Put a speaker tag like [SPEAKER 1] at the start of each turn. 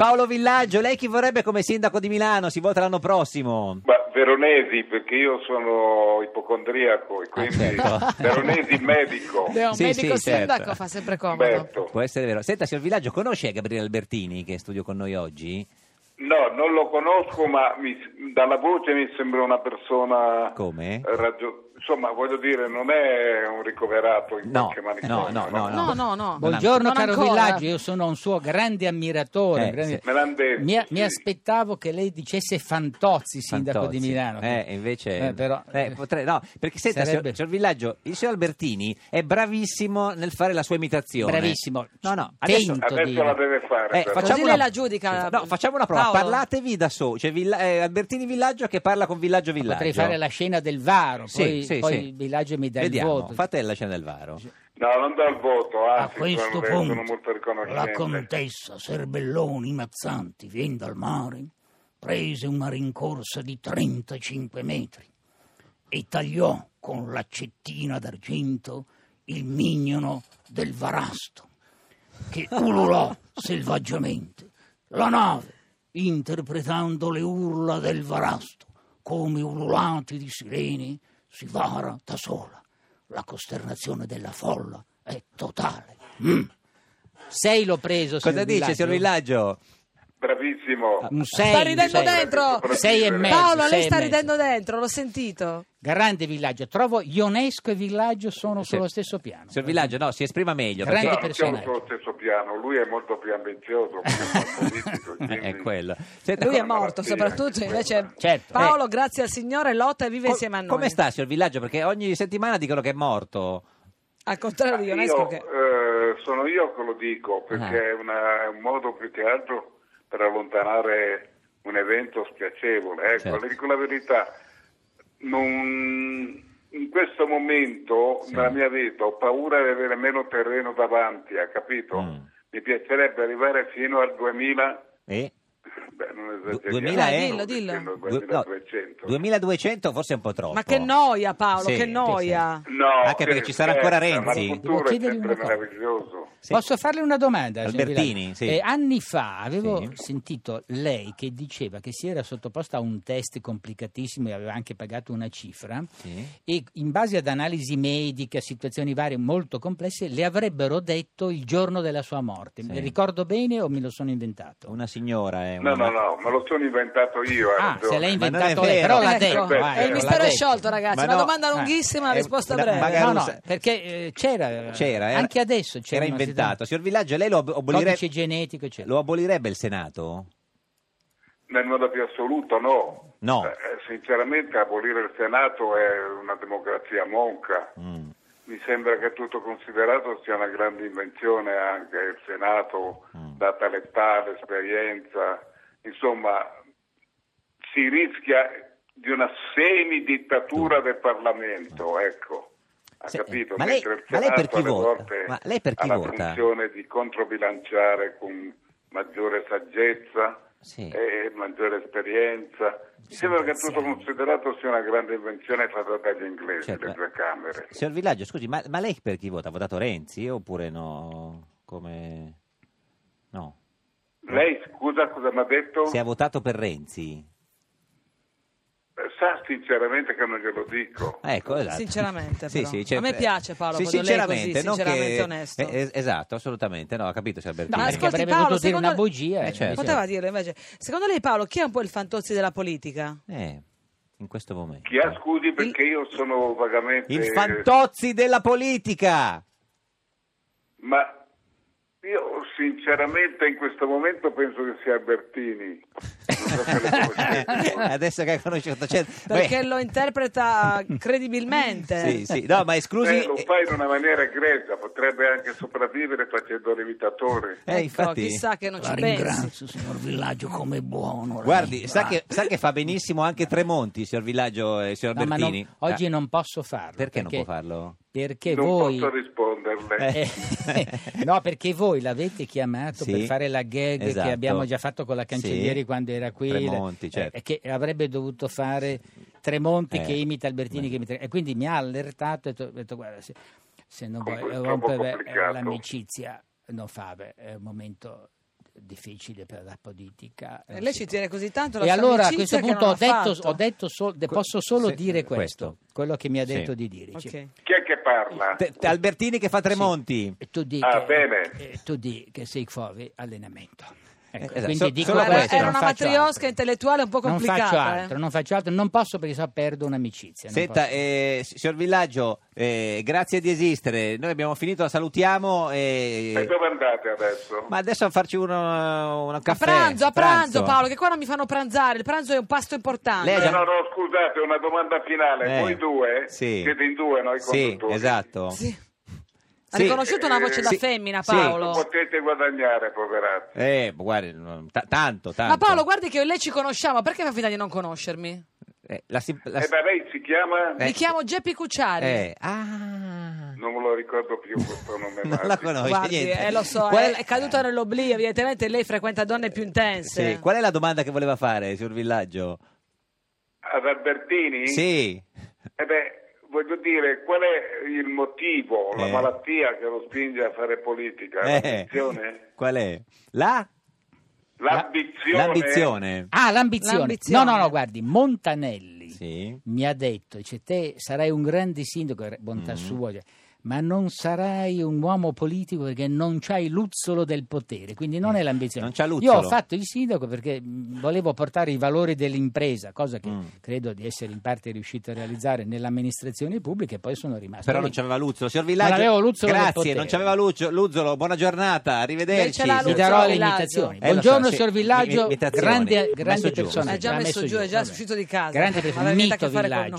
[SPEAKER 1] Paolo Villaggio, lei chi vorrebbe come sindaco di Milano? Si vota l'anno prossimo.
[SPEAKER 2] Ma Veronesi, perché io sono ipocondriaco e quindi
[SPEAKER 1] certo.
[SPEAKER 2] Veronesi medico.
[SPEAKER 3] Beh, un
[SPEAKER 1] Sì,
[SPEAKER 3] medico
[SPEAKER 1] sì, certo.
[SPEAKER 3] sindaco fa sempre comodo.
[SPEAKER 2] Berto.
[SPEAKER 1] Può essere vero. Senta, signor Villaggio, conosce Gabriele Albertini che è in studio con noi oggi?
[SPEAKER 2] No, non lo conosco, ma mi- dalla voce mi sembra una persona
[SPEAKER 1] Come?
[SPEAKER 2] raggio- insomma, voglio dire, non è un ricoverato in
[SPEAKER 1] No,
[SPEAKER 2] qualche
[SPEAKER 1] no,
[SPEAKER 2] manicomio.
[SPEAKER 1] no, no,
[SPEAKER 3] No, no, no.
[SPEAKER 1] Non
[SPEAKER 4] Buongiorno
[SPEAKER 3] ancora.
[SPEAKER 4] caro
[SPEAKER 3] Non ancora.
[SPEAKER 4] Villaggio, io sono un suo grande ammiratore.
[SPEAKER 1] Eh,
[SPEAKER 4] un grande-
[SPEAKER 1] sì.
[SPEAKER 2] Me l'hanno detto.
[SPEAKER 4] Mi, mi
[SPEAKER 2] sì.
[SPEAKER 4] aspettavo che lei dicesse Fantozzi, sindaco
[SPEAKER 1] Fantozzi.
[SPEAKER 4] di Milano.
[SPEAKER 1] Eh, invece...
[SPEAKER 4] Eh, però-
[SPEAKER 1] eh, potrei- no, perché senta,
[SPEAKER 4] Sarebbe-
[SPEAKER 1] signor, signor Villaggio, il signor Albertini è bravissimo nel fare la sua imitazione.
[SPEAKER 4] Bravissimo.
[SPEAKER 1] No, no, adesso...
[SPEAKER 4] Tento di-
[SPEAKER 2] Adesso la deve fare.
[SPEAKER 1] Eh,
[SPEAKER 2] però.
[SPEAKER 1] facciamo
[SPEAKER 3] Così
[SPEAKER 1] una...
[SPEAKER 3] lei la giudica,
[SPEAKER 1] No, facciamo una prova.
[SPEAKER 3] Paolo.
[SPEAKER 1] Parlatevi da solo. Cioè, Villa- eh, Albertini Villaggio che parla con Villaggio Villaggio.
[SPEAKER 4] Potrei fare la scena del Varo,
[SPEAKER 1] Sì,
[SPEAKER 4] poi,
[SPEAKER 1] sì,
[SPEAKER 4] poi
[SPEAKER 1] sì.
[SPEAKER 4] il Villaggio mi dà
[SPEAKER 1] Vediamo,
[SPEAKER 4] il voto.
[SPEAKER 1] fate la scena del Varo.
[SPEAKER 2] No, non do il voto,
[SPEAKER 5] A
[SPEAKER 2] anzi,
[SPEAKER 5] questo
[SPEAKER 2] sono, sono molto
[SPEAKER 5] punto la
[SPEAKER 2] riconoscente.
[SPEAKER 5] contessa Serbelloni Mazzanti vien dal mare, prese una rincorsa di 35 metri e tagliò con l'accettina d'argento il mignono del varasto, che ululò selvaggiamente. La nave, interpretando le urla del varasto come ululati di sirene, si vara da sola. La costernazione della folla è totale. Mm.
[SPEAKER 4] Sei l'ho preso,
[SPEAKER 1] Cosa
[SPEAKER 4] signor
[SPEAKER 1] dice, signor Villaggio? Ah,
[SPEAKER 2] Bravissimo.
[SPEAKER 4] Un sei,
[SPEAKER 3] Sta
[SPEAKER 4] un
[SPEAKER 3] ridendo
[SPEAKER 4] sei.
[SPEAKER 3] dentro!
[SPEAKER 4] Sei e mezzo.
[SPEAKER 3] Paolo,
[SPEAKER 4] sei
[SPEAKER 3] lei
[SPEAKER 4] e
[SPEAKER 3] sta
[SPEAKER 4] mezzo.
[SPEAKER 3] ridendo dentro, l'ho sentito.
[SPEAKER 4] Grande Villaggio. Trovo Ionesco e Villaggio sono
[SPEAKER 1] Sì.
[SPEAKER 4] sullo stesso piano.
[SPEAKER 1] Signor Villaggio, no, si esprima meglio.
[SPEAKER 4] Grande
[SPEAKER 2] No,
[SPEAKER 1] perché-
[SPEAKER 2] non siamo
[SPEAKER 4] personaggio.
[SPEAKER 2] sullo stesso piano, lui è molto più ambizioso. perché è un politico,
[SPEAKER 1] è
[SPEAKER 2] quindi-
[SPEAKER 1] quello. Senta,
[SPEAKER 3] Lui è
[SPEAKER 2] una
[SPEAKER 3] morto,
[SPEAKER 2] malattia, anche
[SPEAKER 3] soprattutto invece
[SPEAKER 4] Certo.
[SPEAKER 3] Paolo, grazie al Signore, lotta e vive
[SPEAKER 1] co-
[SPEAKER 3] insieme a noi.
[SPEAKER 1] Come sta, signor Villaggio? Perché ogni settimana dicono che è morto.
[SPEAKER 3] Al contrario di
[SPEAKER 2] Ma
[SPEAKER 3] Ionesco
[SPEAKER 2] io,
[SPEAKER 3] che...
[SPEAKER 2] eh, sono io che lo dico, perché
[SPEAKER 1] Ah.
[SPEAKER 2] è, una- è un modo più che altro per allontanare un evento spiacevole. Ecco,
[SPEAKER 1] Certo.
[SPEAKER 2] le dico la verità, non- in questo momento
[SPEAKER 1] Sì.
[SPEAKER 2] nella mia vita ho paura di avere meno terreno davanti, ha capito?
[SPEAKER 1] Mm.
[SPEAKER 2] Mi piacerebbe arrivare fino al 2000...
[SPEAKER 1] Eh?
[SPEAKER 2] Beh, non
[SPEAKER 1] Du-
[SPEAKER 2] esageriamo,
[SPEAKER 1] 2000 è?
[SPEAKER 3] Dillo, dillo.
[SPEAKER 2] fino al
[SPEAKER 1] Due- no,
[SPEAKER 2] 2200.
[SPEAKER 1] 2200 forse è un po' troppo.
[SPEAKER 3] Ma che noia Paolo,
[SPEAKER 1] Sì,
[SPEAKER 3] che
[SPEAKER 1] sì,
[SPEAKER 3] noia.
[SPEAKER 2] No,
[SPEAKER 1] Anche perché ci sarà
[SPEAKER 2] scherza,
[SPEAKER 1] ancora
[SPEAKER 2] Ma
[SPEAKER 1] Renzi.
[SPEAKER 2] il
[SPEAKER 4] Devo
[SPEAKER 2] futuro è
[SPEAKER 4] chiedergli
[SPEAKER 2] sempre
[SPEAKER 4] una cosa.
[SPEAKER 2] meraviglioso.
[SPEAKER 1] Sì.
[SPEAKER 4] Posso farle una domanda? signor
[SPEAKER 1] Albertini,
[SPEAKER 4] Villaggio?
[SPEAKER 1] sì.
[SPEAKER 4] Eh, anni fa avevo
[SPEAKER 1] Sì.
[SPEAKER 4] sentito lei che diceva che si era sottoposta a un test complicatissimo e aveva anche pagato una cifra
[SPEAKER 1] Sì.
[SPEAKER 4] e in base ad analisi mediche, a situazioni varie molto complesse, le avrebbero detto il giorno della sua morte.
[SPEAKER 1] Sì.
[SPEAKER 4] Mi ricordo bene o me lo sono inventato?
[SPEAKER 1] Una signora è
[SPEAKER 2] No, no, no, me lo sono inventato io. eh, ha
[SPEAKER 4] Ah,
[SPEAKER 1] Ma
[SPEAKER 2] ragione.
[SPEAKER 4] se l'ha
[SPEAKER 1] non è
[SPEAKER 4] inventato lei,
[SPEAKER 1] vero.
[SPEAKER 4] però l'ha
[SPEAKER 3] Ecco,
[SPEAKER 4] detto.
[SPEAKER 2] eh,
[SPEAKER 4] vai,
[SPEAKER 3] e il
[SPEAKER 2] l'ha
[SPEAKER 3] mistero è
[SPEAKER 4] detto.
[SPEAKER 3] sciolto, ragazzi.
[SPEAKER 1] Ma
[SPEAKER 3] una
[SPEAKER 1] no,
[SPEAKER 3] domanda
[SPEAKER 4] eh,
[SPEAKER 3] lunghissima, una
[SPEAKER 1] è
[SPEAKER 3] risposta
[SPEAKER 1] una-
[SPEAKER 3] breve.
[SPEAKER 1] magari-
[SPEAKER 4] No,
[SPEAKER 1] Magarusa-
[SPEAKER 4] no, perché eh, c'era,
[SPEAKER 1] C'era, era-
[SPEAKER 4] anche adesso c'era,
[SPEAKER 1] era
[SPEAKER 4] una
[SPEAKER 1] inventato.
[SPEAKER 4] situazione-
[SPEAKER 1] Signor Villaggio, lei lo, ab- abolire-
[SPEAKER 4] codice genetico, eccetera.
[SPEAKER 1] lo abolirebbe il Senato?
[SPEAKER 2] Nel modo più assoluto, no.
[SPEAKER 1] No.
[SPEAKER 2] Eh, sinceramente, abolire il Senato è una democrazia monca.
[SPEAKER 1] Mm.
[SPEAKER 2] Mi sembra che tutto considerato sia una grande invenzione anche il Senato,
[SPEAKER 1] Mm.
[SPEAKER 2] data l'età, l'esperienza. Insomma, si rischia di una semidittatura del Parlamento, ecco. Ha
[SPEAKER 1] Mm. Se-
[SPEAKER 2] capito?
[SPEAKER 1] ma lei-
[SPEAKER 2] Mentre il
[SPEAKER 1] ma lei per
[SPEAKER 2] Senato
[SPEAKER 1] chi
[SPEAKER 2] alle
[SPEAKER 1] vota?
[SPEAKER 2] volte
[SPEAKER 1] Ma lei per chi
[SPEAKER 2] ha
[SPEAKER 1] vota?
[SPEAKER 2] la funzione di controbilanciare con maggiore saggezza
[SPEAKER 1] Sì.
[SPEAKER 2] e maggiore esperienza. Mi sembra che tutto considerato sia una grande invenzione fatta dagli inglesi,
[SPEAKER 1] Certo,
[SPEAKER 2] le
[SPEAKER 1] ma-
[SPEAKER 2] due Camere.
[SPEAKER 1] Signor Villaggio, scusi, ma, ma lei per chi vota? Ha votato Renzi oppure no? Come... No.
[SPEAKER 2] Lei, scusa, cosa mi ha detto?
[SPEAKER 1] Se ha votato per Renzi?
[SPEAKER 2] Sa sinceramente che non glielo dico.
[SPEAKER 1] Ah, Ecco, esatto.
[SPEAKER 3] Sinceramente,
[SPEAKER 1] Sì,
[SPEAKER 3] però.
[SPEAKER 1] sì, cioè-
[SPEAKER 3] A me piace Paolo
[SPEAKER 1] sì,
[SPEAKER 3] quando lei è così,
[SPEAKER 1] sinceramente, non
[SPEAKER 3] sinceramente
[SPEAKER 1] che-
[SPEAKER 3] onesto.
[SPEAKER 1] eh, es- esatto, assolutamente, no, ha capito, signor
[SPEAKER 3] Ma
[SPEAKER 1] Bertini.
[SPEAKER 4] Perché
[SPEAKER 3] ascolti
[SPEAKER 4] avrebbe
[SPEAKER 3] Paolo,
[SPEAKER 4] potuto dire
[SPEAKER 3] secondo...
[SPEAKER 4] una bugia,
[SPEAKER 1] Eh,
[SPEAKER 4] eh,
[SPEAKER 1] certo.
[SPEAKER 3] Poteva dirlo invece. Secondo lei Paolo, chi è un po' il fantozzi della politica?
[SPEAKER 1] Eh, in questo momento.
[SPEAKER 2] Chi ha scusi perché io sono vagamente...
[SPEAKER 1] Il fantozzi della politica!
[SPEAKER 2] Ma io sinceramente in questo momento penso che sia Albertini. Non so se lo
[SPEAKER 1] Eh,
[SPEAKER 2] Eh, conoscete voi.
[SPEAKER 1] Adesso che hai conosciuto... cioè,
[SPEAKER 3] Perché
[SPEAKER 1] beh,
[SPEAKER 3] lo interpreta credibilmente.
[SPEAKER 1] Sì, sì, no, ma esclusi...
[SPEAKER 2] Eh, lo fa in una maniera egregia, potrebbe anche sopravvivere facendo l'imitatore.
[SPEAKER 1] eh,
[SPEAKER 3] Ecco,
[SPEAKER 1] infatti...
[SPEAKER 3] chissà che non
[SPEAKER 5] La
[SPEAKER 3] ci pensi.
[SPEAKER 5] ringrazio, signor Villaggio, come buono. lei.
[SPEAKER 1] Guardi, sa
[SPEAKER 5] Ah,
[SPEAKER 1] che, sa che fa benissimo anche Tremonti, signor Villaggio e signor
[SPEAKER 4] No, ma non-
[SPEAKER 1] Bertini.
[SPEAKER 4] oggi
[SPEAKER 1] Ah,
[SPEAKER 4] non posso farlo.
[SPEAKER 1] Perché, non può farlo?
[SPEAKER 4] Perché
[SPEAKER 2] non
[SPEAKER 4] voi...
[SPEAKER 2] posso risponderle.
[SPEAKER 1] Eh.
[SPEAKER 4] Eh, no, perché voi l'avete chiamato
[SPEAKER 1] Sì,
[SPEAKER 4] per fare la gag
[SPEAKER 1] esatto.
[SPEAKER 4] che abbiamo già fatto con la Cancellieri
[SPEAKER 1] Sì.
[SPEAKER 4] quando era qui.
[SPEAKER 1] Tremonti,
[SPEAKER 4] eh,
[SPEAKER 1] certo.
[SPEAKER 4] che avrebbe dovuto fare Tremonti
[SPEAKER 1] Eh,
[SPEAKER 4] che imita Albertini.
[SPEAKER 1] beh.
[SPEAKER 4] Che imita- e quindi mi ha allertato e ho detto, ho detto, guarda, se, se non
[SPEAKER 2] Comunque diciamo, è
[SPEAKER 4] vuoi
[SPEAKER 2] troppo
[SPEAKER 4] rompere eh,
[SPEAKER 2] complicato.
[SPEAKER 4] l'amicizia, non fa, beh, è un momento difficile per la politica.
[SPEAKER 3] E Eh, lei ci tiene così tanto la
[SPEAKER 4] E
[SPEAKER 3] sua
[SPEAKER 4] allora a questo
[SPEAKER 3] amicizia che
[SPEAKER 4] punto ho
[SPEAKER 3] non ha
[SPEAKER 4] detto,
[SPEAKER 3] fatto.
[SPEAKER 4] ho detto sol- de-
[SPEAKER 1] Que-
[SPEAKER 4] posso solo
[SPEAKER 1] se-
[SPEAKER 4] dire
[SPEAKER 1] questo.
[SPEAKER 4] questo, quello che mi ha detto
[SPEAKER 1] Sì.
[SPEAKER 4] di Cioè, dirci.
[SPEAKER 3] Ok.
[SPEAKER 2] Chi è che parla?
[SPEAKER 1] Te- te- Albertini che fa Tremonti.
[SPEAKER 4] E Tu dici,
[SPEAKER 2] Ah, bene.
[SPEAKER 4] tu di che sei fuori allenamento. Ecco,
[SPEAKER 1] esatto,
[SPEAKER 4] quindi
[SPEAKER 1] so-
[SPEAKER 4] dico
[SPEAKER 1] solo
[SPEAKER 3] Guarda,
[SPEAKER 1] questo,
[SPEAKER 4] questo,
[SPEAKER 3] era
[SPEAKER 4] non
[SPEAKER 3] una
[SPEAKER 4] faccio
[SPEAKER 3] matriosca
[SPEAKER 4] altro.
[SPEAKER 3] intellettuale un po'
[SPEAKER 4] Non
[SPEAKER 3] complicata.
[SPEAKER 4] faccio
[SPEAKER 3] eh.
[SPEAKER 4] altro, non faccio altro, non posso perché so perdo un'amicizia. non
[SPEAKER 1] Senta,
[SPEAKER 4] posso.
[SPEAKER 1] eh, signor Villaggio, eh, grazie di esistere. Noi abbiamo finito, la salutiamo. eh,
[SPEAKER 2] E dove andate adesso?
[SPEAKER 1] Ma adesso a farci uno, un
[SPEAKER 3] A
[SPEAKER 1] caffè.
[SPEAKER 3] pranzo, a pranzo, Paolo, che qua non mi fanno pranzare, il pranzo è un pasto importante.
[SPEAKER 1] Lei ha
[SPEAKER 2] Eh,
[SPEAKER 1] già-
[SPEAKER 2] no, no, scusate, una domanda finale.
[SPEAKER 1] Eh,
[SPEAKER 2] Voi due?
[SPEAKER 1] sì.
[SPEAKER 2] Siete in due, noi
[SPEAKER 1] Sì, esatto.
[SPEAKER 3] Sì. Ha
[SPEAKER 1] Sì.
[SPEAKER 3] riconosciuto una voce da
[SPEAKER 1] Sì.
[SPEAKER 3] femmina,
[SPEAKER 1] Sì.
[SPEAKER 3] Paolo.
[SPEAKER 2] Potete guadagnare, poverati.
[SPEAKER 1] Eh, guardi, no, ta- tanto, tanto.
[SPEAKER 3] Ma Paolo, guardi che io e lei ci conosciamo, perché fa finta di non conoscermi?
[SPEAKER 1] Eh, la sim- la
[SPEAKER 2] E
[SPEAKER 1] s-
[SPEAKER 2] da lei si chiama?
[SPEAKER 1] Eh.
[SPEAKER 3] Mi chiamo Geppi Cucciari.
[SPEAKER 1] eh, ah.
[SPEAKER 2] Non me lo ricordo più questo nome.
[SPEAKER 1] Non la
[SPEAKER 2] Marti.
[SPEAKER 1] conosco.
[SPEAKER 3] Guardi,
[SPEAKER 1] niente.
[SPEAKER 3] eh, lo so,
[SPEAKER 1] Qual
[SPEAKER 3] è, è caduto nell'oblio, evidentemente lei frequenta donne più intense.
[SPEAKER 1] Sì, Qual è la domanda che voleva fare, signor Villaggio?
[SPEAKER 2] Ad Albertini?
[SPEAKER 1] Sì.
[SPEAKER 2] Eh beh, voglio dire, qual è il motivo, la
[SPEAKER 1] Eh.
[SPEAKER 2] malattia che lo spinge a fare politica?
[SPEAKER 1] Eh,
[SPEAKER 2] L'ambizione?
[SPEAKER 1] Qual è? La?
[SPEAKER 2] L'ambizione?
[SPEAKER 1] L'ambizione.
[SPEAKER 4] Ah, l'ambizione.
[SPEAKER 3] L'ambizione.
[SPEAKER 4] No, no, no, guardi, Montanelli
[SPEAKER 1] Sì.
[SPEAKER 4] mi ha detto, dice, te sarai un grande sindaco, era bontà
[SPEAKER 1] Mm-hmm.
[SPEAKER 4] sua, cioè, ma non sarai un uomo politico perché non c'hai l'uzzolo del potere, quindi non è l'ambizione.
[SPEAKER 1] Eh, Non c'ha l'uzzolo.
[SPEAKER 4] Io ho fatto il sindaco perché mh, volevo portare i valori dell'impresa, cosa che
[SPEAKER 1] Mm.
[SPEAKER 4] credo di essere in parte riuscito a realizzare nell'amministrazione pubblica e poi sono rimasto.
[SPEAKER 1] Però
[SPEAKER 4] lì.
[SPEAKER 1] non c'aveva Luzzolo. Signor Villaggio,
[SPEAKER 4] Non avevo Luzzolo nel
[SPEAKER 1] grazie,
[SPEAKER 4] potere.
[SPEAKER 1] non c'aveva Lucio- Luzzolo. Buona giornata, arrivederci.
[SPEAKER 3] Invece la
[SPEAKER 4] Vi
[SPEAKER 3] Luzzolo
[SPEAKER 4] darò le
[SPEAKER 3] Villaggio.
[SPEAKER 4] imitazioni.
[SPEAKER 1] Eh, lo
[SPEAKER 4] Buongiorno,
[SPEAKER 1] so, sì.
[SPEAKER 4] signor Villaggio.
[SPEAKER 1] Imitazioni.
[SPEAKER 4] Grande,
[SPEAKER 1] Messo
[SPEAKER 4] grande
[SPEAKER 1] giù,
[SPEAKER 4] personaggio.
[SPEAKER 1] sì.
[SPEAKER 3] È già messo giù, è già
[SPEAKER 4] vabbè.
[SPEAKER 3] uscito di casa.
[SPEAKER 4] Grande
[SPEAKER 3] Ma aveva niente a che
[SPEAKER 4] personaggio. Mito
[SPEAKER 3] fare con
[SPEAKER 4] Villaggio.